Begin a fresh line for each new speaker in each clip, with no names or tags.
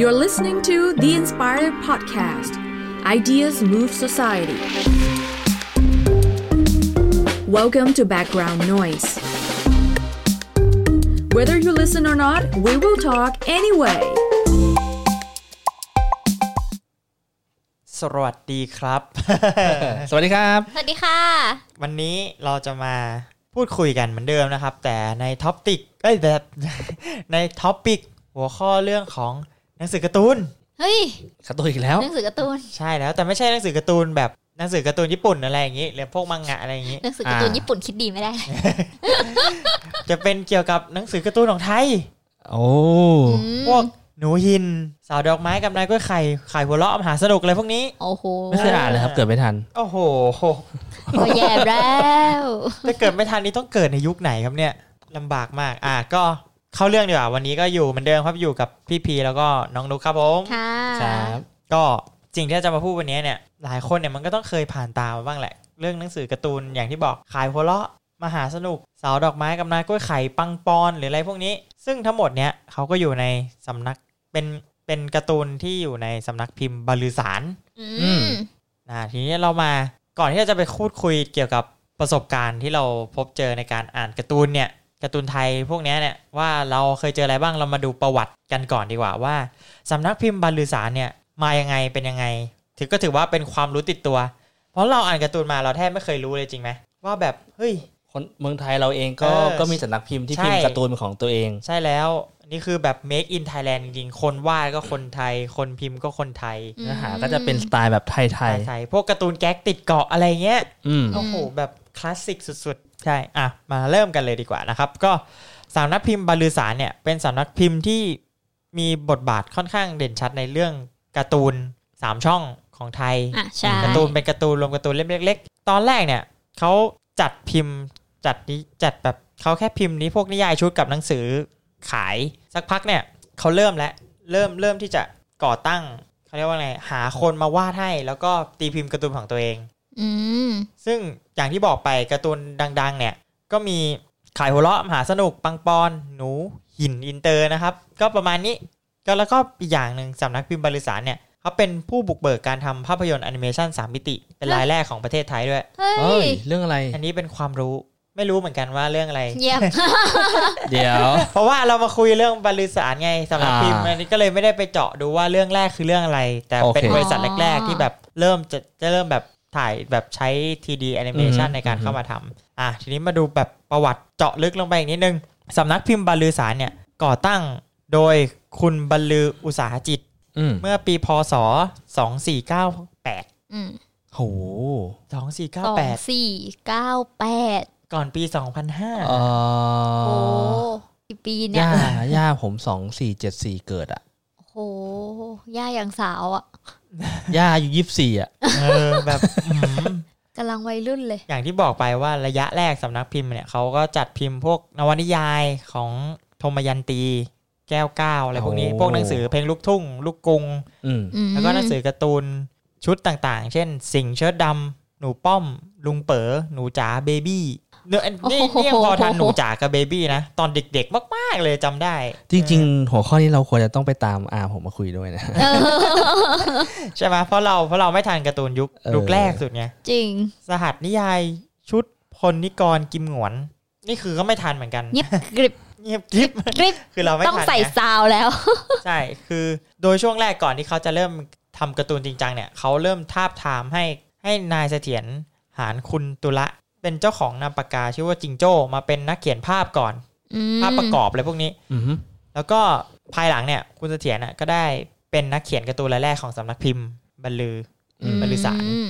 You're listening to The Inspired Podcast Ideas Move Society. Welcome to Background Noise. Whether you listen or not, we will talk anyway.
สวัสดีครับ
สวัสดีครับ
สวัสดีค่ะ
วันนี้เราจะมาพูดคุยกันเหมือนเดิมนะครับ แต่ในท็อปติกเอ้ยแบบ ในท็อปิกหัวข้อเรื่องของหนังสือการ์ตูน
เฮ้ย
ขัดตัวอีกแล้ว
หนังสือการ์ตูน
ใช่แล้วแต่ไม่ใช่หนังสือการ์ตูนแบบหนังสือการ์ตูนญี่ปุ่นอะไรอย่างนี้หรือพวกมังงะอะไรอย่างนี้
หนังสือการ์ตูน
อ่า
ญี่ปุ่นคิดดีไม่ได้เลย
จะเป็นเกี่ยวกับหนังสือการ์ตูนของไทย
โอ้
อืม
พวกหนูหิน สาวดอกไม้กำไรกล้วยไข่ไข่หัวเราะมหาสนุกอะไรพวกนี้
โอ้โห
ไม่เคยอ่านเลยครับ เกิดไม่ทัน
โอ้โห
ก็แย่แล้ว
ถ้าเกิดไม่ทันนี้ต้องเกิดในยุคไหนครับเนี่ยลำบากมากอ่ะก็เข้าเรื่องดีกว่าวันนี้ก็อยู่เหมือนเดิมครับอยู่กับพี่พีแล้วก็น้องนุกครับผม
ค่ะ
ครับ
ก็สิ่งที่จะมาพูดวันนี้เนี่ยหลายคนเนี่ยมันก็ต้องเคยผ่านตามาบ้างแหละ เรื่องหนังสือการ์ตูนอย่างที่บอกขายหัวเราะมหาสนุกสาวดอกไม้กำนายกล้วยไข่ปังปอนหรืออะไรพวกนี้ ซึ่งทั้งหมดเนี่ยเขาก็อยู่ในสำนักเป็นเป็นการ์ตูนที่อยู่ในสำนักพิมพ์บาลือสาร
อื
อืม
ม
นะทีนี้เรามาก่อนที่เราจะไปพูดคุยเกี่ยวกับประสบการณ์ที่เราพบเจอในการอ่านการ์ตูนเนี่ยการ์ตูนไทยพวกเนี้ยเนี่ยว่าเราเคยเจออะไรบ้างเรามาดูประวัติกันก่อนดีกว่าว่า สำนักพิมพ์บรรลือสารเนี่ยมายังไงเป็นยังไง ถือก็ถือว่าเป็นความรู้ติดตัว เพราะเราอ่านการ์ตูนมาเราแทบไม่เคยรู้เลยจริงไหมว่าแบบเฮ้ย
คนเมืองไทยเราเองก็
เออ
ก็มีสำนักพิมพ์ที่
ใช่
พิมพ์การ์ตูนเป็นของตัวเอง
ใช่แล้วนี่คือแบบ make in Thailand จริงๆคนวาดก็คนไทย คนพิมพ์ก็คนไทย
เนื้อหาก็จะเป็นสไตล์แบบไทย
ไทยพวกการ์ตูนแก๊กติดเกาะอะไรเงี้ย
ๆอืม
โอ้โหแบบคลาสสิกสุดๆ ใช่ อ่ะ มาเริ่มกันเลยดีกว่านะครับ ก็สำนักพิมพ์บาลือสารเนี่ย เป็นสำนักพิมพ์ที่มีบทบาทค่อนข้างเด่นชัดในเรื่องการ์ตูนสามช่องของไทย
อ่ะใช่
การ์ตูนเป็นการ์ตูนรวมการ์ตูนเล่มเล็ก ๆ ตอนแรกเนี่ยเขาจัดพิมพ์จัดนี้จัดแบบเขาแค่พิมพ์นี้พวกนิยายชุดกับหนังสือขายสักพักเนี่ยเขาเริ่มแล้วเริ่มเริ่มที่จะก่อตั้งเขาเรียกว่าไงหาคนมาวาดให้ แล้วก็ตีพิมพ์การ์ตูนของตัวเอง
อืม
ซึ่งอย่างที่บอกไปการ์ตูนดัง ๆ เนี่ย ก็มีขายหัวเราะมหาสนุกปังปอน หนู หินอินเตอร์นะครับ ก็ประมาณนี้ก็แล้วก็อีกอย่างหนึ่งสำนักพิมพ์บริษัทเนี่ยเขาเป็นผู้บุกเบิกการทำภาพยนตร์แอนิเมชันสามมิติ เป็นรายแรกของประเทศไทยด้วย
เฮ้
เอ้
ย
ย เรื่องอะไร
อันนี้เป็นความรู้ไม่รู้เหมือนกันว่าเรื่องอะไร
เยี่ยม
เดี๋ยว
เพราะว่าเรามาคุยเรื่องบริษัทไงสำนักพิมพ์
อ่า
อันนี้ก็เลยไม่ได้ไปเจาะดูว่าเรื่องแรกคือเรื่องอะไร แต่เป็น
โอเค
บริษัทแรก ๆ ที่แบบเริ่มจะจะเริ่มแบบถ่ายแบบใช้ 3D animation
อืม
ในการเข้ามาทำอ่ะทีนี้มาดูแบบประวัติเจาะลึกลงไปอีกนิดนึงสำนักพิมพ์บรรลือสารเนี่ยก่อตั้งโดยคุณบรรลืออุตสาหจิต
อืม
เมื่อปีพศ 2498
อืม
โห
สอง
2498
สี่เก้าแปด
ก่อนปี
เอ่
2005
โอ้
อ
กี่ปีเนี่ย
ย่าย่าผมสองสี่เจ็ดสี่เกิดอ่ะ
โอ้โหย่าอย่างสาวอ่ะ
ย่าอายุยี่สิบสี่อ่ะ
เออแบบอืม
กำลังวัยรุ่นเลย
อย่างที่บอกไปว่าระยะแรกสำนักพิมพ์เนี่ยเขาก็จัดพิมพ์พวกนวนิยายของธมยันตี แก้วเก้าอะไรพวกนี้
โอ้
พวกหนังสือเพลงลูกทุ่ง ลูกกรุง
อืม
อืม
แล้วก็หนังสือการ์ตูนชุดต่างๆ เช่น สิงห์เชิดดำหนูป้อม ลุงเป๋อหนูจ๋าเบบี้เนื้อนี่นี่ยังพอทันหนูจ๋ากับเบบี้นะ ตอนเด็กๆ มากๆเลยจำได้
จริง ๆ หัวข้อนี้เราควรจะต้องไปตามอาผมมาคุยด้วยนะ
เออ
ใช่ไหมเพราะเราเพราะเราไม่ทันการ์ตูนยุค
เออ
ยุคแรกสุดไง
จริง
สหัสนิยายชุดพลนิกรกิมหงวน นี่คือก็ไม่ทันเหมือนกัน
เงียบกริบ
เงียบกริบ
กริบ
คือเราไม่ทัน
ต้องใส่
ไง
ซาวแล้ว
ใช่ คือโดยช่วงแรกก่อนที่เขาจะเริ่มทำการ์ตูนจริงจังเนี่ย เขาเริ่มทาบทามให้ให้นายเสถียรหานคุณตุละ เป็นเจ้าของนามปากกาชื่อว่าจิงโจ้มาเป็นนักเขียนภาพก่อน
อืม
ภาพประกอบอะไรพวกนี้
อืม
แล้วก็ภายหลังเนี่ย คุณเสถียรน่ะก็ได้เป็นนักเขียนการ์ตูนรายแรกของสำนักพิมพ์บรรลือ
อืม
บริษัท
อืม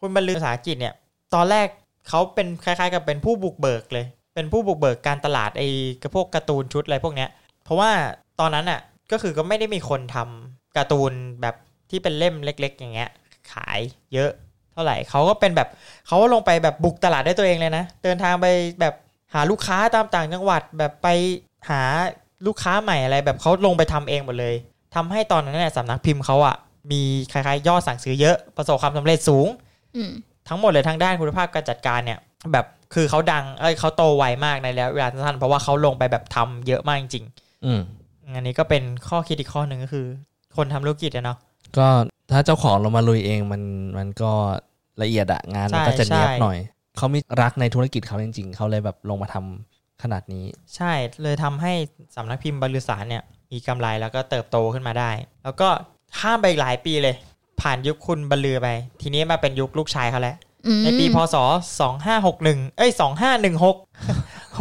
คุณบรรลือภาษาอังกฤษเนี่ย ตอนแรกเขาเป็นคล้ายๆ กับเป็นผู้บุกเบิกเลย เป็นผู้บุกเบิกการตลาดไอ้กระพวกการ์ตูนชุดอะไรพวกเนี้ย เพราะว่าตอนนั้นอ่ะก็คือก็ไม่ได้มีคนทำการ์ตูนแบบที่เป็นเล่มเล็ก ๆ อย่างเงี้ย ขายเยอะเท่าไหร่เขาก็เป็นแบบเขาลงไปแบบบุกตลาดด้วยตัวเองเลยนะ เดินทางไปแบบหาลูกค้าตามต่างจังหวัดแบบไปหาลูกค้าใหม่อะไรแบบเขาลงไปทำเองหมดเลยทำให้ตอนนั้นเนี่ยสำนักพิมพ์เขาอ่ะมีคล้ายๆ ยอดสั่งซื้อเยอะประสบความสำเร็จสูง
อืม
ทั้งหมดเลยทางด้านคุณภาพการจัดการเนี่ยแบบคือเขาดังเอ้ยเขาโตไวมากในระยะเวลาสั้นๆเพราะว่าเขาลงไปแบบทำเยอะมากจริง
อืม
ๆอันนี้ก็เป็นข้อคิดอีกข้อหนึ่งก็คือ คนทำธุรกิจอะเนาะ
ก็ถ้าเจ้าของเรามาลุยเองมันมันก็ละเอียดอะงานมันก็จะ
ใช่
เนียบ
ใช่
หน่อย เขามีรักในธุรกิจเขาจริง ๆ เขาเลยแบบลงมาทำขนาดนี้
ใช่เลยทำให้สำนักพิมพ์บริษัทเนี่ยมีกำไรแล้วก็เติบโตขึ้นมาได้ แล้วก็ข้ามไปอีกหลายปีเลย ผ่านยุคคุณบรรลือไป ทีนี้มาเป็นยุคลูกชายเขาแล้ว
อืม
ในปีพศ 2561 เอ้ย 2516
สองห้า
61มัน
ห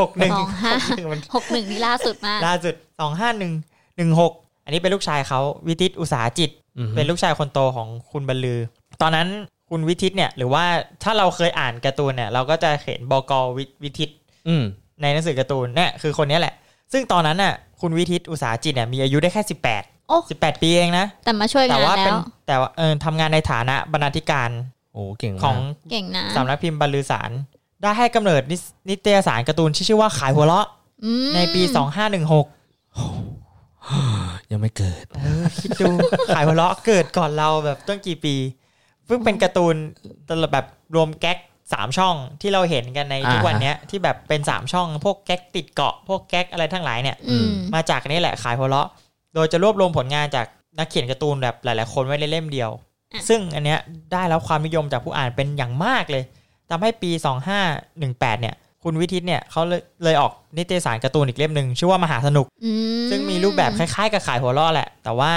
กหนึ่งนี่ล่าสุดมาก
ล่าสุด 25116 อันนี้เป็นลูกชายเขาวิทิตอุตสาหจิต
อือฮึ
เป็นลูกชายคนโตของคุณบรรลือ ตอนนั้นคุณวิทิตเนี่ยหรือว่าถ้าเราเคยอ่านการ์ตูนเนี่ยเราก็จะเห็นบกวิวิทิต
อืม
ในหนังสือการ์ตูนเนี่ยคือคนเนี้ยแหละ ซึ่งตอนนั้นน่ะคุณวิทิตอุตสาหจิตเนี่ยมีอายุได้แค่ 18
โอ้
18 ปีเองนะ
แต่มาช่วย
แต่
งาน
ว่าเป็
แล้
น
ว
แต่ว่าเออทำงานในฐานะบรรณาธิการ
โอ้เก่ง
ขอ
มาง ก
เก่งนะ
สำนักพิมพ์บรรลือสาร ได้ให้กำเนิดนิสนิตยสารการ์ตูนที่ชื่อว่าขายหัวเราะ
อืม
ในปี 2516
ยังไม่เกิด
เออคิดดู ขายหัวเราะเกิดก่อนเราแบบตั้งกี่ปี เพิ่งเป็นการ์ตูนตลบแบบรวมแก๊กสามช่องที่เราเห็นกันในทุก
อ่าฮะ
วันเนี้ยที่แบบเป็นสามช่องพวกแก๊กติดเกาะพวกแก๊กอะไรทั้งหลายเนี่ย
อืม
มาจากนี่แหละขายหัวเราะ โดยจะรวบรวมผลงานจากนักเขียนการ์ตูนแบบหลาย ๆ คนไว้ในเล่มเดียว ซึ่งอันเนี้ยได้รับความนิยมจากผู้อ่านเป็นอย่างมากเลยทำให้ปี 2518 เนี่ย คุณวิทิตเนี่ยเขาเลยเลยออกนิตยสารการ์ตูนอีกเล่มหนึ่งชื่อว่ามหาสนุก
อืม
ซึ่งมีรูปแบบคล้าย ๆ กับขายหัวเราะแหละ แต่ว่า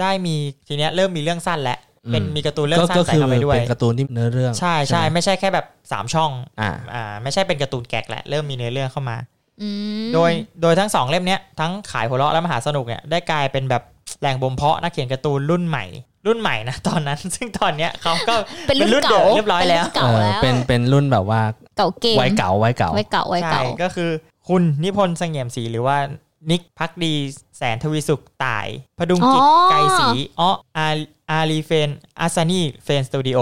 ได้มีทีเนี้ยเริ่มมีเรื่องสั้นแล้วเป็น
อืม
มีการ์ตูนเรื่อง
ก็
สั้น
ก็
ใส่
คือ
เข้าไปด้วย
เป็นการ์ตูนที่เนื้อเรื่อง
ใช่ใช่
ไหม
ไม่ใช่แค่แบบสามช่อง
อ่า
อ่าไม่ใช่เป็นการ์ตูนแกกแหละเริ่มมีเนื้อเรื่องเข้ามา
อืม
โดยโดยทั้งสองเล่มเนี้ยทั้งขายหัวเราะและมหาสนุกเนี่ยได้กลายเป็นแบบแหล่งบ่มเพาะนักเขียนการ์ตูนรุ่นใหม่ รุ่นใหม่นะ ตอนนั้น ซึ่งตอนเนี้ยเขาก็
เป็น
เป็นรุ่
รุ่
น
นเก่า
เดิมเรียบร้อยแล้ว
ป็นนเก่าแล้ว
เป็นเป็นรุ่นแบบว่า
เก่าเก่ง
ไว้เก่าไว้เก่า
ไว้เก่าไว้
ใช่
เก่า
ก็คือคุณนิพนธ์เสงี่ยมศรีหรือว่านิกพักดีแสนทวีสุขตาย พดุงกิจไกรศรีอ้ออาอารีเฟนอาซานีเฟนสตูดิโอ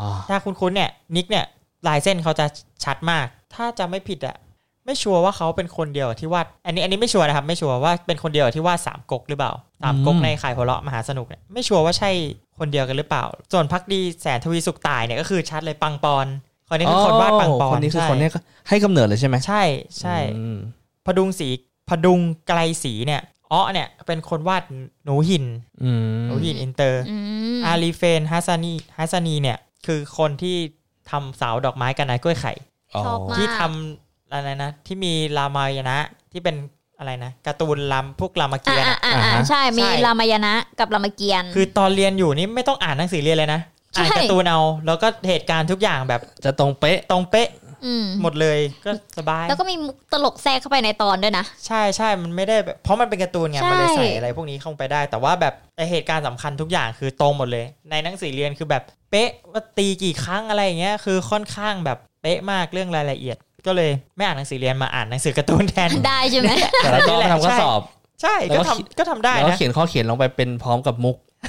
อ๋อ
ถ้าคุณคุ้นๆเนี่ยนิกเนี่ยลายเส้นเขาจะชัดมาก ถ้าจะไม่ผิดอะไม่ชัวร์ว่าเขาเป็นคนเดียวที่วาดอันนี้อันนี้ไม่ชัวร์นะครับไม่ชัวร์ว่าเป็นคนเดียวที่วาดสามก๊กหรือเปล่าสามก๊ก
อืม
ในขายหัวเราะมหาสนุกเนี่ยไม่ชัวร์ว่าใช่คนเดียวกันหรือเปล่า ส่วนพักดีแสนทวีสุขตายเนี่ยก็คือชัดเลยปังปอนคนนี้คือคนวาดปังปอน
คนนี้คือ
ใช่
คนเนี้ยก็ให้กำเนิดเลยใช่ไหม
ใช่ใช่
อืม
พดุงศรีพดุงไกลศรีเนี่ยอ้อเนี่ยเป็นคนวาดหนูหิน
อืม
หนูหินอินเตอร์
อืม
อาลีเฟนฮัสซานีฮัสซานีเนี่ยคือคนที่ทำเสาดอกไม้กันนายกล้วยไข่
ชอบมาก
ที่ทำอะไรนะ ที่มีรามายณะที่เป็นอะไรนะการ์ตูนรามพวกรามเกี
อ่า
ร
ย
ติ์
อ่า
อะ
อ่าอ่าใช่มี
ใช่
รามายณะกับรามเกียรติ์
คือตอนเรียนอยู่นี่ไม่ต้องอ่านหนังสือเรียนเลยนะ
ใช่
อ่านการ์ตูนเอาแล้วก็เหตุการณ์ทุกอย่างแบบ
จะตรงเป๊ะ
ตรงเป๊ะ
ม
หมดเลยก็สบาย
แล้วก็มีมุกตลกแทรกเข้าไปในตอนด้วยนะ
ใช่ใช่ มันไม่ได้แบบเพราะมันเป็นการ์ตูนไง
ใช่
มันเลยใส่อะไรพวกนี้เข้าไปได้ แต่ว่าแบบไอ้เหตุการณ์สำคัญทุกอย่างคือตรงหมดเลย ในหนังสือเรียนคือแบบเป๊ะว่าตีกี่ครั้งอะไรอย่างเงี้ย คือค่อนข้างแบบเป๊ะมากเรื่องรายละเอียด ก็เลยไม่อ่านหนังสือเรียนมาอ่านหนังสือการ์ตูนแทน
ได้ใช่ไหม
แต่เราก็
นี่แหละ
ทำข้อ
ใช่
สอบ
ใช่
แล้ว
ก็
ก็
ทำ
คิด
ก็ทำได้
แล้วก็
นะ
เขียนข้อเขียนลงไปเป็นพร้อมกับมุก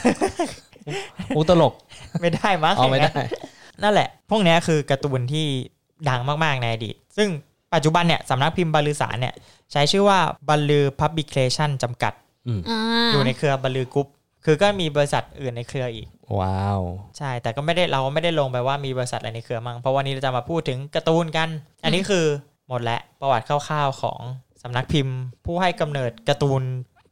มุกตลก
ไม่ได้มั้ง
เอาไม่ได้
นั่นแหละ พวกเนี้ยคือการ์ตูนที่ดังมากๆในอดีต ซึ่งปัจจุบันเนี่ยสำนักพิมพ์บรรลือสารเนี่ยใช้ชื่อว่าบรรลือพับบิเคชันจำกัด
อ่า
อยู่ในเครือบรรลือกรุ๊ปคือก็มีบริษัทอื่นในเครืออีก
ว้าว
ใช่ แต่ก็ไม่ได้เราไม่ได้ลงไปว่ามีบริษัทอะไรในเครือมั่งเพราะวันนี้เราจะมาพูดถึงการ์ตูนกัน อันนี้คือหมดแล้วประวัติคร่าวๆของสำนักพิมพ์ ผู้ให้กำเนิดการ์ตูน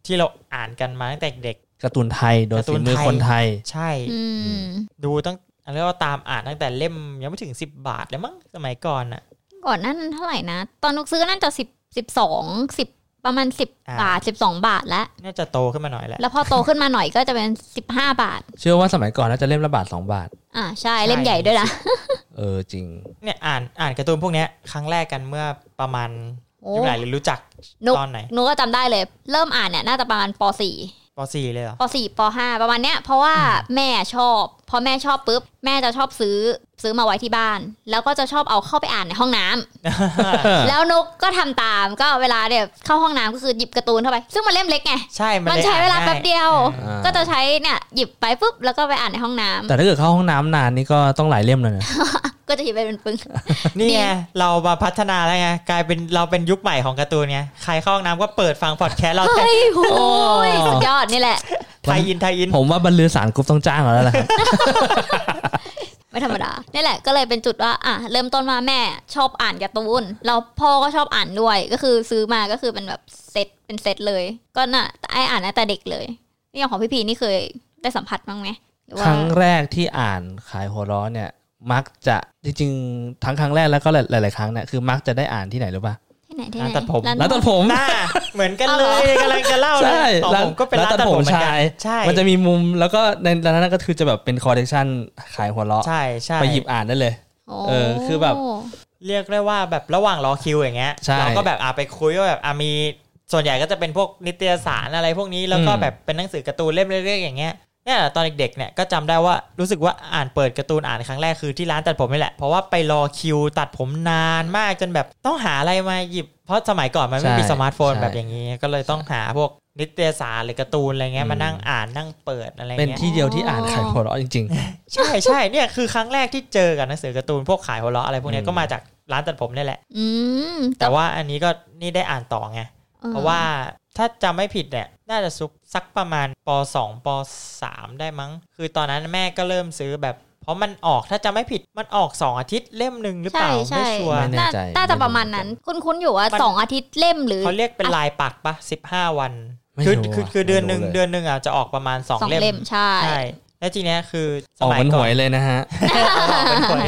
ที่เราอ่านกันมาตั้งแต่เด็ก
การ์ตูนไทยโดย
การ์ตู
ฝี
น
มือ
ไทย
คนไทย
ใช่
อืม
ดูตั้งอันนี้ว่าตามอ่านตั้งแต่เล่มยังไม่ถึง 10 บาทเลยมั้งสมัยก่อนอ่ะ
ก่อนหนานั้นเท่าไหร่นะ ตอนนุกซื้อนั่นจะสิบสิบสองสิบประมาณสิบ
อ่า
บาทสิบสองบาทแล้ว
น่าจะโตขึ้นมาหน่อยแหละ
แล้วพอโตขึ้นมาหน่อยก็จะเป็นสิบห้าบาท
เชื่อว่าสมัยก่อนน่าจะเล่มละบาทสองบาท
อ่าใช่
ใช่
เล่มใหญ่ด้วยนะ
เออจริง
เนี่ยอ่านอ่านการ์ตูนพวกเนี้ยครั้งแรกกันเมื่อประมาณ
โอ้
ยุคไหนหรือรู้จัก
นุก
ตอนไหน
นุกก็จำได้เลย เริ่มอ่านเนี่ยน่าจะประมาณปสี่
ป .4 เลยเหรอ
ปสี่ปห้าประมาณเนี้ยเพราะว่าแม่ชอบ พอแม่ชอบปุ๊บ แม่จะชอบซื้อซื้อมาไว้ที่บ้าน แล้วก็จะชอบเอาเข้าไปอ่านในห้องน้ำแล้วนุกก็ทำตามก็เวลาเนี่ยเข้าห้องน้ำก็คือหยิบการ์ตูนเข้าไป ซึ่งมันเล่มเล็กไง
ใช่
มัน
ได้
ใช้เวลา
อ่น
แป๊บเดียว
อ่า
อ่า
ก็จะใช้เนี่ยหยิบไปปุ๊บแล้วก็ไปอ่านในห้องน้ำ
แต่ถ้าเกิดเข้าห้องน้ำนานนี่ก็ต้องหลายเล่มเลยนะ
ก็จะหยิบไปเป็นปึ้ง
นี่
ดี
ไงเรามาพัฒนาแล้วไงกลายเป็นเราเป็นยุคใหม่ของการ์ตูนไงใครเข้าห้องน้ำก็เปิดฟังพอดแคสต์เราแทน
เฮ้ยโหย
โอ้
สุดยอดนี่แหละ
ไทยอินไทยอิน
ผมว่าบรรลือสารกรุ๊ปต้องจ้างเราแล้วล่ะครับ
ไม่ธรรมดานี่แหละก็เลยเป็นจุดว่าอ่ะเริ่มต้นมาแม่ชอบอ่านการ์ตูนแล้วพ่อก็ชอบอ่านด้วยก็คือซื้อมาก็คือเป็นแบบเซตเป็นเซตเลย ก็น่ะไออ่านตั้งแต่เด็กเลย นี่อย่างของพี่พีนี่เคยได้สัมผัสบ้างไหมหรือ
ค
ว่า
รั้งแรกที่อ่านขายหัวร้อนเนี่ย มักจะจริงๆทั้งครั้งแรกแล้วก็หลายๆครั้งเนี่ยคือมักจะได้อ่านที่ไหนรู้ป่ะ
ที่ไหนที่ไหน
ร้านตัดผม
ร้านตัดผม
หน้าเหมือนกันเลยกำลังจะเล่าเล
ใช่
ยของผมก็เป็นร้านตัดผมเหมือนกันใช่
มันจะมีมุมแล้วก็ในร้านนั้นก็คือจะแบบเป็นคอเลกชันขายหัวเราะ
ใช่ใช่
ไปหยิบอ่านได้เลย
โอ้
เออคือแบบ
เรียกได้ว่าแบบระหว่างรอคิวอย่างเงี้ย
ใช่
เราก็แบบอ่ะไปคุยว่าแบบอ่ะมีส่วนใหญ่ก็จะเป็นพวกนิตยสารอะไรพวกนี้แล้วก็
อืม
แบบเป็นหนังสือการ์ตูนเล่มเล็กๆอย่างเงี้ยเนี่ยตอนเด็กๆเนี่ยก็จำได้ว่ารู้สึกว่าอ่านเปิดการ์ตูนอ่านครั้งแรกคือที่ร้านตัดผมนี่แหละเพราะว่าไปรอคิวตัดผมนานมากจนแบบต้องหาอะไรมาหยิบ เพราะสมัยก่อนมันไม่มี
ใช่
สมาร์ทโฟน
ใช่
แบบอย่างนี้ ก็เลยต้องหาพวกนิตยสารหรือการ์ตูนอะไรเงี้ยมานั่งอ่านนั่งเปิดอะไรเงี้ย
เป็นที่เดียวที่อ่านขายหัวเราะจริง
ใช่ใช่เนี่ยคือครั้งแรกที่เจอกับหนังสือการ์ตูนพวกขายหัวเราะอะไรพวกเนี้ย
อืม
ก็มาจากร้านตัดผมนี่แหละ
อืม
แต่ว่าอันนี้ก็นี่ได้อ่านต่อไง
อ่
เพราะว่าถ้าจำไม่ผิดเนี่ยน่าจะซุกสักประมาณป .2 ป .3 ได้มั้ง คือตอนนั้นแม่ก็เริ่มซื้อแบบ เพราะมันออกถ้าจำไม่ผิดมันออก 2 อาทิตย์เล่มหนึ่งหรือเปล่า
ใช่ใช่
ไม่ชัวร์
ไม่แน่
น่า
ใจ
น่าจะ
ไม่รู้
ประมาณนั้น คุ้นๆอยู่ว่า
มัน
สองอาทิตย์เล่มหรือ
เขาเรียกเป็นลายปักปะ15 วัน
ไม่
คือ
รู้
คือ
อะ
คือเดือนหนึ่ง
ไม่รู้เลย
เดือนหนึ่งอ่ะจะออกประมาณ
สอง
2 เล่
เล่ม
ม
ใช่
ใช่แล้วทีเนี้ยคือ
ๆออกเหมันห
ก่
วยเลยนะฮะ
เอาออกเป็นหวย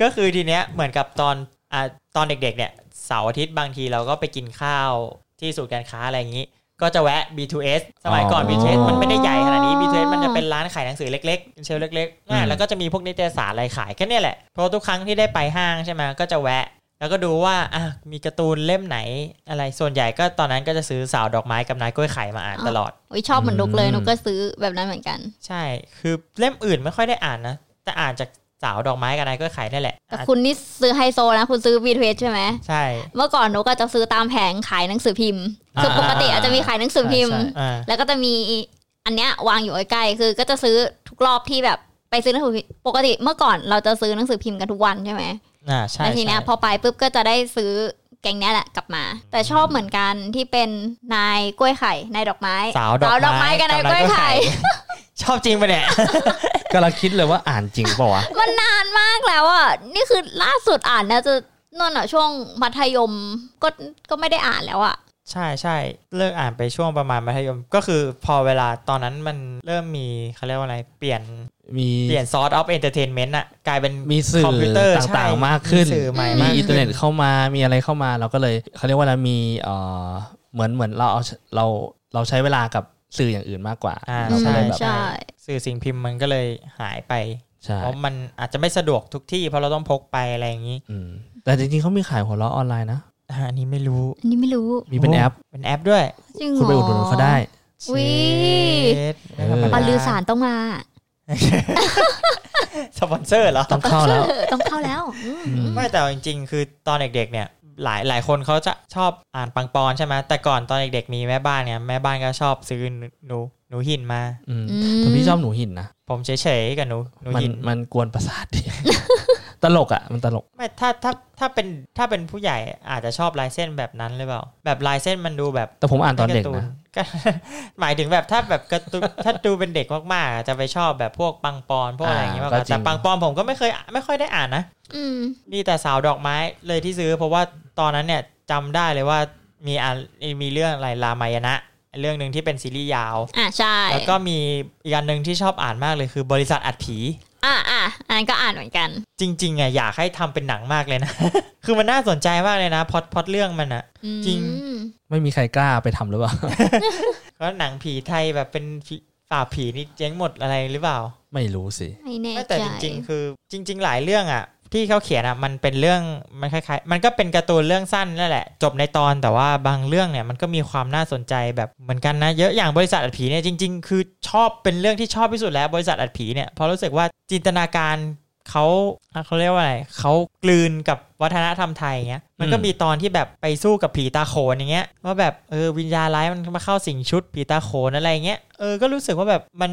ก็คือทีเนี้ยเหมือนกับตอนอ่าตอนเด็กๆ เนี่ยเสาร์อาทิตย์บางทีเราก็ไปกินข้าวที่ศูนย์การค้าอะไรอย่างนี้ ก็จะแวะ B2S สมัยก่อน
อ๋อ
B2S มันไม่ได้ใหญ่ขนาดนี้ B2S มันจะเป็นร้านขายหนังสือเล็กๆเชลฟ์เล็กๆ
อื
อ่าม แล้วก็จะมีพวกนิตยสารอะไรขายแค่เนี้ยแหละเพราะทุกครั้งที่ได้ไปห้างใช่ไหมก็จะแวะ แล้วก็ดูว่าอ่ะมีการ์ตูนเล่มไหนอะไรส่วนใหญ่ก็ตอนนั้นก็จะซื้อสาวดอกไม้กับนายกล้วยไข่มาอ่านตลอด
โอ้ยชอบเหมือนนุกเลย
อืม
นุกก็ซื้อแบบนั้นเหมือนกัน
ใช่ คือเล่มอื่นไม่ค่อยได้อ่านนะ แต่อ่านจากสาวดอกไม้กับนายก็ขายได้แหละ
แต่
อ่ะ
คุณนี่ซื้อไฮโซนะ คุณซื้อวีเทสใช่ไหม
ใช่
เมื่อก่อนหนูก็จะซื้อตามแผงขายหนังสือพิมพ์คือปกติอาจจะมีขายหนังสือพิมพ์
ใช่
อ่า
แล้วก็จะมีอันเนี้ยวางอยู่ใกล้ๆคือก็จะซื้อทุกรอบที่แบบไปซื้อหนังสือพิมพ์ปกติเมื่อก่อนเราจะซื้อหนังสือพิมพ์กันทุกวันใช่ไหม
อ่าใช่
แล้วทีเนี้ย
ใช่
พอไปปุ๊บก็จะได้ซื้อแกงเนี้ยแหละกลับมา แต่ชอบเหมือนกันที่เป็นนายกล้วยไข่นายดอกไม้
สาวดอก
ไม้กับนายกล้วยไข่
ชอบจริงปะเนี่ย
ก็เราคิดเลยว่าอ่านจริงเปล่าวะ
มันนานมากแล้วอ่ะนี่คือล่าสุดอ่านนะจะนนท์อ่ะช่วงมัธยมก็ก็ไม่ได้อ่านแล้วอ่ะ
ใช่ใช่เลิกอ่านไปช่วงประมาณมัธยม ก็คือพอเวลาตอนนั้นมันเริ่มมีเขาเรียกว่าอะไร เปลี่ยน
มี
เปลี่ยนซอร์สออฟเอนเตอร์เทนเมนต์อะกลายเป็น
มีสื่
คอมพิวเตอร์ใช่
ต่างๆมากขึ้น
สื่อใหม่
มี
มาก
อินเทอร์เน็ต
ขึ้
เข้ามามีอะไรเข้ามาเราก็เลยเขาเรียกว่าเรามีเอ่อเหมือนเหมือนเราเอาเราเราใช้เวลากับสื่ออย่างอื่นมากกว่า
อ่า
เราก็
ใช่
เลยแบบ
ใช่สื่อสิ่งพิมพ์มันก็เลยหายไป
ใช่
เพราะมันอาจจะไม่สะดวกทุกที่เพราะเราต้องพกไปอะไรอย่างนี้
อืมแต่จริงๆเขามีขายหัวเราะออนไลน์นะ
อ่าอันนี้ไม่รู้
อันนี้ไม่รู้
มีเป็นแอป
เป็นแอปด้วย
จริงเหรอ
คุณไปอุดหนุนเขาได้
อุ๊ย
เช็ด
เออ
บอลลือสารต้องมา
สปอนเซอร์เหรอ
ต้องเข้าแล้ว
ต้องเข้าแล้วอืม
อืม
ไม่แต่จริงๆ คือตอนเด็กๆเนี่ยหลายหลายคนเขาจะชอบอ่านปังปอนใช่ไหมแต่ก่อนตอนเด็กๆมีแม่บ้านเนี่ยแม่บ้านก็ชอบซื้อหนูหนูหินมา
อืมแต่พี่ชอบหนูหินนะ
ผมเฉยๆกับหนูหนู
มัน
หิน
มันกวนประสาทดี ตลกอ่ะ มันตลก
ไม่ถ้าถ้าถ้าเป็นถ้าเป็นผู้ใหญ่อาจจะชอบลายเส้นแบบนั้นหรือเปล่า แบบลายเส้นมันดูแบบ
แต่ผมอ่านตอนเด็ก
ไม่าร์ตู
นะ
ก็ หมายถึงแบบถ้าแบบการ์ตูน ถ้าดูเป็นเด็กมากๆอ่ะจะไปชอบแบบพวกปังปอนพวกอะไรอย่างเงี้ยมากกว่า
อ่าก็จริง
แต่ปังปอนผมก็ไม่เคยไม่ค่อยได้อ่านนะ
อืม
มีแต่สาวดอกไม้เลยที่ซื้อ เพราะว่าตอนนั้นเนี่ยจำได้เลยว่ามีอันมีเรื่องอะไรรามายณะเรื่องหนึ่งที่เป็นซีรีส์ยาว
อ่ะใช่
แล้วก็มีอีกอันหนึ่งที่ชอบอ่านมากเลยคือบริษัทอัดผี
อ่ะอ่ะอันนั้นก็อ่านเหมือนกัน
จริงๆอ่ะอยากให้ทำเป็นหนังมากเลยนะ คือมันน่าสนใจมากเลยนะพอดพอดเรื่องมันอ่ะ
อืม
จริง
ไม่มีใครกล้าไปทำหรือเปล่า
เพราะหนังผีไทยแบบเป็นผีป่าบผีนี่เจ๊งหมดอะไรหรือเปล่า
ไม่รู้สิ
ไม่แน่
ไม่
ใจ
แต่จริงๆ คือจริง ๆ หลายเรื่องอ่ะ ที่เขาเขียนอ่ะมันเป็นเรื่องมันคล้ายๆ มันก็เป็นการ์ตูนเรื่องสั้นนั่นแหละ จบในตอนแต่ว่าบางเรื่องเนี่ยมันก็มีความน่าสนใจแบบเหมือนกันนะ เยอะอย่างบริษัทอัดผีเนี่ยจริง ๆ คือชอบเป็นเรื่องที่ชอบที่สุดแล้วบริษัทอัดผีเนี่ยเพราะรู้สึกว่าจินตนาการเขาเขาเรียกว่าอะไรเขากลืนกับวัฒนธรรมไทยอย่างเงี้ยมันก็
อืม
มีตอนที่แบบไปสู้กับผีตาโขนอย่างเงี้ยว่าแบบเออวิญญาณร้ายมันมาเข้าสิงชุดผีตาโขนอะไรเงี้ยเออก็รู้สึกว่าแบบมัน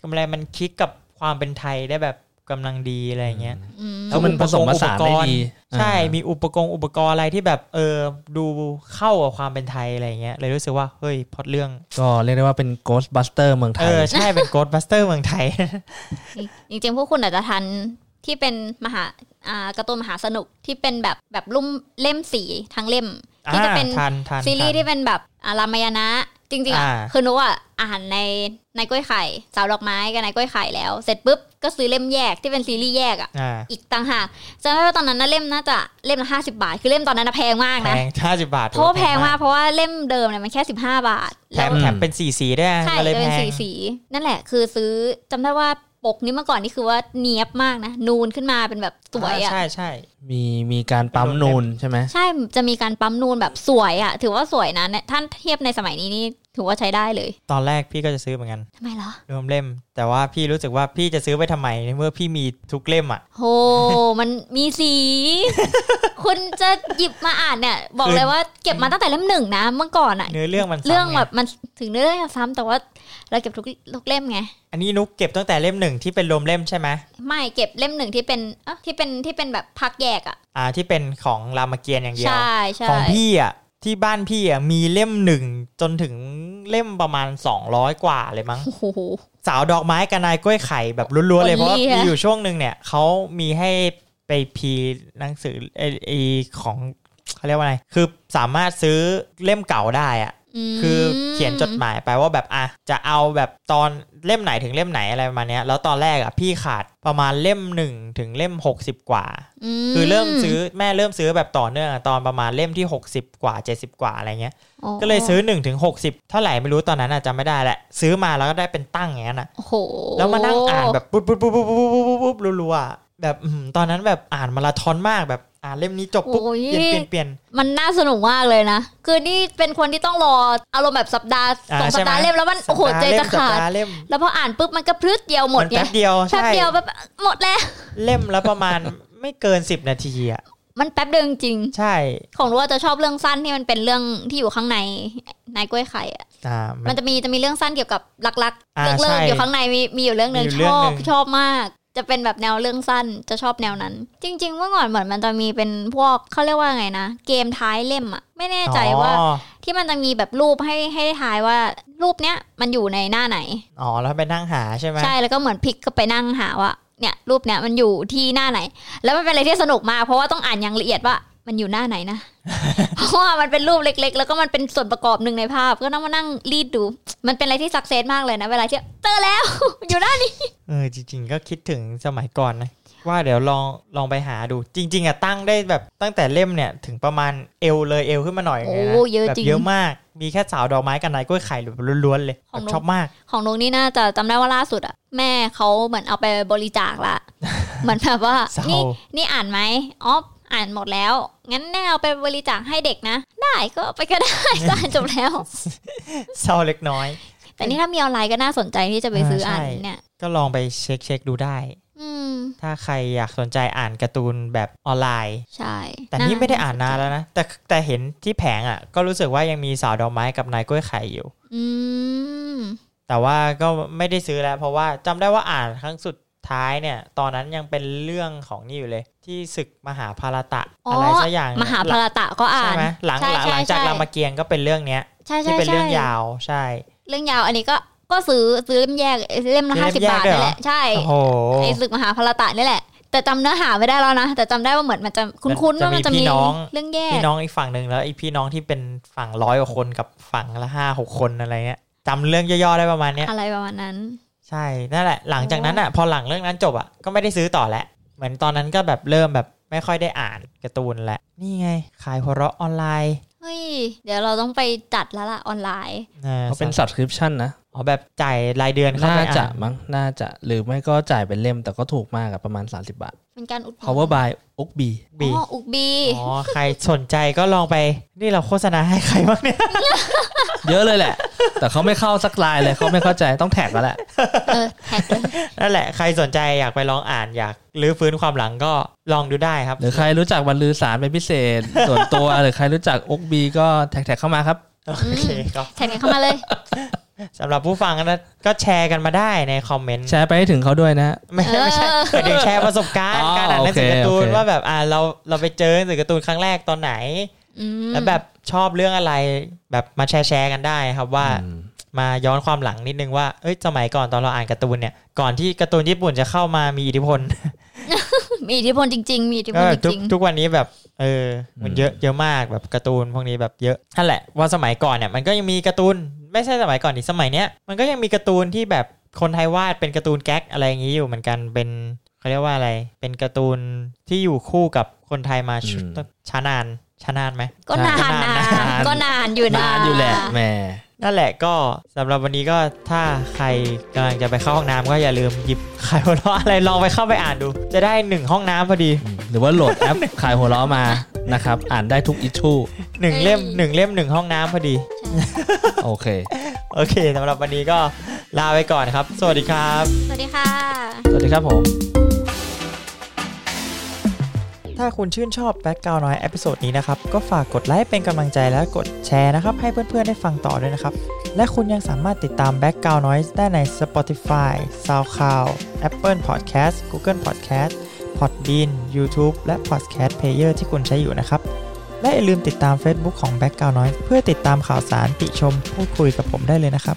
กำไรมันคลิกกับความเป็นไทยได้แบบกำลังดีอะไรเงี้ย
อืม
แล้วมันผสมผสานได้ดี
ใช่
อ่า
มีอุปกรณ์อุปกรณ์อะไรที่แบบเออดูเข้ากับความเป็นไทยอะไรเงี้ยเลยรู้สึกว่า เฮ้ยพล็อดเรื่อง
ก็เรียกได้ว่าเป็น Ghostbuster เมืองไท
เอย อ ใช่เป็น Ghostbuster เมืองไทย
จริงๆพวกคุณอาจจะทันที่เป็นมหาอ่าการ์ตูนมหาสนุกที่เป็นแบบแบบลุ่มเล่มสี ทั้งเล่มที่จะเป็น
อ่าทันทัน
ซีรีส์
ทัน
ที่เป็นแบบอารามายณะจริงๆอ่ะ
อ่า
คือนุกอ่ะ อ่านในในกล้วยไข่สาวดอกไม้กับในกล้วยไข่แล้ว เสร็จปุ๊บก็ซื้อเล่มแยกที่เป็นซีรีส์แยกอ่ะ
อ่า
อีกต่างหากจำได้ว่าตอนนั้นนะเล่มน่าจะเล่มละห้าสิบาท คือเล่มตอนนั้นนะแพงมาก
แพ
นะ
งห้าสิบบาท
เพราะว่าแพงมากเพราะว่าเล่มเดิมเนี่ยมันแค่สิบห้าบาท
แถม
ว
แถมเป็นสีสีด้วย
ใช่
ก็เลย
จะเป็
แพง
นสีสีนั่นแหละ คือซื้อจำได้ว่าปกนี้เมื่อก่อนนี่คือว่าเนียบมากนะ นูนขึ้นมาเป็นแบบสวย
า
อ่ะ
ใช่ใช่
มีมีการปั๊มนูนใช่ไหม
ใช่จะมีการปั๊มนูนแบบสวยอ่ะ ถือว่าสวยนะเนี่ยท่านเทียบในสมัยนี้นี่ถือว่าใช้ได้เลย
ตอนแรกพี่ก็จะซื้อเหมือนกัน
ทำไมเหรอ
รวมเล่ม แต่ว่าพี่รู้สึกว่าพี่จะซื้อไปทำไมในเมื่อพี่มีทุกเล่มอ่ะ
โห มันมีสี คุณจะหยิบมาอ่านเนี่ย บอกเลยว่าเก็บมาตั้งแต่เล่มหนึ่งนะเมื่อก่อนอ่ะ
เนื้อเรื่องมันซ้ำ
เรื่องแบบ
ไ
มันถึงเนื้อเรื่องจะซ้ำแต่ว่าเราเก็บทุกทุกเล่มไง
อันนี้นุกเก็บตั้งแต่เล่มหนึ่งที่เป็นรวมเล่มใช่ไหม
ไม่เก็บเล่มหนึ่งที่เป็นเอ่ะที่เป็นที่เป็นแบบพักแยกอ่ะ
อ่า ที่เป็นของรามเกียรติอย่างเดียว
ใช่ใช่
ของพี่อ่ะที่บ้านพี่อ่ะมีเล่มหนึ่งจนถึงเล่มประมาณ 200 กว่าเลยมั้ง
โอ้โห
สาวดอกไม้กับนายกล้วยไข่แบบล้วนๆเลย
Only
เพราะว่า
ฮะ
มีอยู่ช่วงหนึ่งเนี่ยเขามีให้ไปพีหนังสือไอไอของเขาเรียกว่าไงคือสามารถซื้อเล่มเก่าได้อ่ะ
ม
คือเขียนจดหมายไปว่าแบบอ่ะจะเอาแบบตอนเล่มไหนถึงเล่มไหนอะไรประมาณเนี้ยแล้วตอนแรกอ่ะพี่ขาดประมาณเล่มหนึ่งถึงเล่ม 60 กว่า
ม
คือเริ่มซื้อแม่เริ่มซื้อแบบต่อเนื่องอะตอนประมาณเล่มที่ 60 กว่า 70 กว่าอะไรเงี้ย
อ๋
ก็เลยซื้อ1นถึงหกเท่าไหร่ไม่รู้ตอนนั้นอาจจะไม่ได้แหละซื้อมาแล้วก็ได้เป็นตั้งอย่างนั้นอ่ะ
โอ้โห
แล้วมานั่งอ่านแบบปุ๊บปุ๊บปุ๊บปุ๊บปุ๊บปุ๊บปุ๊บปุ๊บรัวๆอะแบบอื้อหือตอนนั้นแบบอ่านมาราธอนมากแบบอ่านเล่มนี้จบปุ๊บเปลี่ยนเปลี่ยนเปลี่ยน
มันน่าสนุกมากเลยนะ คือนี่เป็นคนที่ต้องรออารมณ์แบบสัปดาห์
อ่า
สองสั
ใช่
ป
ไหม
ดาห์เล่มแล้วมันโอ้โหใจจะ
สัป
ขาด
ดห์เล่ม
แล้วพออ่านปุ๊บมันก็พลืดเดียวหมด
น
ไง
แป๊บเดียว
แป๊บ
ใช่
เดียวแบบหมดแล้ว
เล่มละประมาณ ไม่เกิน 10 นาทีอ่ะ
มันแป๊บเดียวจริง
ใช่
ๆของรู้ว่าจะชอบเรื่องสั้นที่มันเป็นเรื่องที่อยู่ข้างในในกล้วยไข่อะ
อ่ามั
มัน นจะมีจะมีเรื่องสั้นเกี่ยวกับรักๆ
อ่า
เรื่องเลิก
ใช่
อยู่ข้างในมีมีอยู่เรื่องหนึ่ง
มีอยู่
ช
เรื่อง
อ
หนึ่
บ
ง
ชอบมาก จะเป็นแบบแนวเรื่องสั้นจะชอบแนวนั้น จริง ๆ เมื่อก่อนเหมือนมันจะมีเป็นพวกเขาเรียกว่าไงนะ เกมท้ายเล่มอะไม่แน่ใจว่า
อ๋อ
ที่มันจะมีแบบรูปให้ให้ทายว่ารูปเนี้ยมันอยู่ในหน้าไหน
อ๋อแล้วไปนั่งหาใช่ไหม
ใช่แล้วก็เหมือนพลิกก็ไปนั่งหาว่าเนี่ยรูปเนี้ยมันอยู่ที่หน้าไหน แล้วมันเป็นอะไรที่สนุกมากเพราะว่าต้องอ่านอย่างละเอียดว่ามันอยู่หน้าไหนนะ เพราะว่ามันเป็นรูปเล็ก ๆ แล้วก็มันเป็นส่วนประกอบหนึ่งในภาพ ก็ต้องมานั่งรีดดู มันเป็นอะไรที่สักเซสมากเลยนะ เวลาที่ เจอแล้ว อยู่หน้านี้
เออจริงๆก็คิดถึงสมัยก่อนนะ ว่าเดี๋ยวลองลองไปหาดู จริง ๆอ่ะตั้งได้แบบตั้งแต่เล่มเนี่ยถึงประมาณเอวเลยเอวขึ้นมาหน่อย
โอ้
นะ
เยอะ
แบบ
จริง
เยอะมากมีแค่สาวดอกไม้กับนายกล้วยไข่แบบล้วนๆเลย
ของ
แบบ
นุ๊ก
ชอบมาก
ของนุกนี่น่าจะจำได้ว่าล่าสุดอะแม่เขาเหมือนเอาไปบริจาคละ เหมือนแบบว่า
เศร้านี่
นี่นี่อ่านไหมอ๋ออ่านหมดแล้ว งั้นแม่เอาไปบริจาคให้เด็กนะ ได้ก็เอาไปก็ได้ ก็อ่านจบแล้ว
เศร้า เล็กน้อย
แต่นี่ถ้ามีออนไลน์ก็น่าสนใจที่จะไปซื้ออ่าน
เออใช่
เนี่ย
ก็ลองไปเช็คเช็คดูได้
อืม
ถ้าใครอยากสนใจอ่านการ์ตูนแบบออนไลน์
ใช่
แต่นี่ไม่ได้อ่านนานแล้วนะแต่แต่เห็นที่แผงอ่ะก็รู้สึกว่ายังมีสาวดอกไม้กับนายกล้วยไข่อยู่
อืม
แต่ว่าก็ไม่ได้ซื้อแล้ว เพราะว่าจำได้ว่าอ่านครั้งสุดท้ายเนี่ย ตอนนั้นยังเป็นเรื่องของนี่อยู่เลย ที่ศึกมหาภารตะ
อ๋ออ
อะไรสักอย่าง
มหาพรตะก็อ่า
ใช่
น
ไหมหลัง
ใช่
หลังหลังจาก
ใช่
รามเกียรติก็เป็นเรื่องเนี้ย
ใช่
ที่
ใช่
เป็น
ใช่
เรื่องยาวใช่
เรื่องยาว อันนี้ก็ก็ซื้อซื้อเล่มแยกซื้อเล่มละ
ซื้อ
ห้า
เล่มแยกด้
สิบบาท
วยเหรอ
นี่แหละใช่
โอ้โห
ไอ้ศึกมหาพรตะนี่แหละ แต่จำเนื้อหาไม่ได้แล้วนะ แต่จำได้ว่าเหมือนมันจะคุ้นๆ
จะ
ว่ามันจะ
มีพี่
มี
น้อง
เรื่องแยก
พี่น้องอีกฝั่งหนึ่งแล้วไอพี่น้องที่เป็นฝั่งร้อยกว่าคนกับฝั่งละห้าหกคนอะไรเงี้ยจำเรื่องย่อๆได้ประมาณเนี้ย
อะไรประมาณนั้น
ใช่นั่นแหละ หลังจากนั้นอ่ะพอหลังเรื่องนั้นจบอ่ะก็ไม่ได้ซื้อต่อแล้วเหมือนตอนนั้นก็แบบเริ่มแบบไม่ค่อยได้อ่านการ์ตูนแล้วนี่ไงขายหัวเราะออนไลน์
เฮ้ย เดี๋ยวเราต้องไปจัดแล้วล่ะออนไลน์
อ่า
เขาเป็น
สัตว์
subscription นะ
อ๋อแบบจ่ายรายเดือนเข้า
น่า
ไป
จะ
อ่าน
มั้งน่าจะหรือไม่ก็จ่ายเป็นเล่มแต่ก็ถูกมากอะประมาณ 30 บาท
เป็นการอุดหนุน
power by อุกบี
บี
อ๋ออุกบี
อ๋อ ใครสนใจก็ลองไป นี่เราโฆษณาให้ใครบ้างเนี่ย
เยอะเลยแหละ แต่เขาไม่เข้าสักลายเลยเขาไม่เข้าใจต้องแท็กแล้วแหละ
เออแท็กเลย
นั่นแหละใครสนใจอยากไปลองอ่านอยากรื้อฟื้นความหลังก็ลองดูได้ครับ
หรือใครรู้จักบรรลือสารเป็นพิเศษ ส่วนตัว หรือใครรู้จักอกบีก็แท็กๆเข้ามาครับ
โอเคครับ
แท็กกันเข้ามาเลย
สำหรับผู้ฟังนะก็แชร์กันมาได้ในคอมเมนต์
แชร์ไปให้ถึงเขาด้วยนะ
ไม่ ใช่ไม่ใช่หมายถึงแชร์ประสบการณ์
อ๋อ
การอ่านหนังสือ
โอเค
การ์ตูน
โอเค
ว่าแบบอ่าเราเราไปเจอหนังสือการ์ตูนครั้งแรกตอนไหน
อืม
แล้วแบบชอบเรื่องอะไรแบบมาแชร์แชร์กันได้ครับว่า
อืม
มาย้อนความหลังนิดนึงว่า เอ้ย สมัยก่อนตอนเราอ่านการ์ตูนเนี่ย ก่อนที่การ์ตูนญี่ปุ่นจะเข้ามามีอิทธิพล
มีอิทธิพลจริงๆ มีอิทธิพ
ก็
ล
แบบ
จ
ทุก
ริง
ทุกวันนี้แบบ เออ มันเยอะเยอะมากแบบการ์ตูนพวกนี้แบบเยอะนั่นแหละว่าสมัยก่อนเนี่ยมันก็ยังมีการ์ตูน ไ ไม่ใช่สมัยก่อนดิสมัยเนี้ยมันก็ยังมีการ์ตูนที่แบบคนไทยวาดเป็นการ์ตูนแก๊กอะไรอย่างนี้อยู่เหมือนกันเป็นเขาเรียกว่าอะไร เป็นการ์ตูนที่อยู่คู่กับคนไทยมา
อืม
ช้านานช้านานไหม
ก็นาน
นาน
าน นก็นานอยู่นะ
นานอยู่แหละแหม
นั่นแหละก็สำหรับวันนี้ก็ถ้าใครกำลังจะไปเข้าห้องน้ำก็อย่าลืมหยิบไขายหัวเราะอะไรลองไปเข้าไปอ่านดู จะได้หนึ่งห้องน้ำพอดี
หรือว่าโหลดแอป ขายหัวล้อมานะครับ อ่านได้ทุกอิชชู
หนึ่งเล่มหนึ่งเล่มหนึ่งห้องน้ำพอดี
โอเค
โอเคสำหรับวันนี้ก็ลาไปก่อนครับ สวัสดีครับ
สวัสดีค่ะ
สวัสดีครับผม
ถ้าคุณชื่นชอบแบ็กกราวน้อยเอพิโซดนี้นะครับ ก็ฝากกดไลค์เป็นกำลังใจและกดแชร์นะครับ ให้เพื่อนๆได้ฟังต่อด้วยนะครับ และคุณยังสามารถติดตามแบ็กกราวน้อยได้ใน Spotify, SoundCloud, Apple Podcast, Google Podcast, Podbean, YouTube และ Podcast Player ที่คุณใช้อยู่นะครับ และอย่าลืมติดตาม Facebook ของ b a c k g r o u n d Noise เพื่อติดตามข่าวสารติชมพูดคุยกับผมได้เลยนะครับ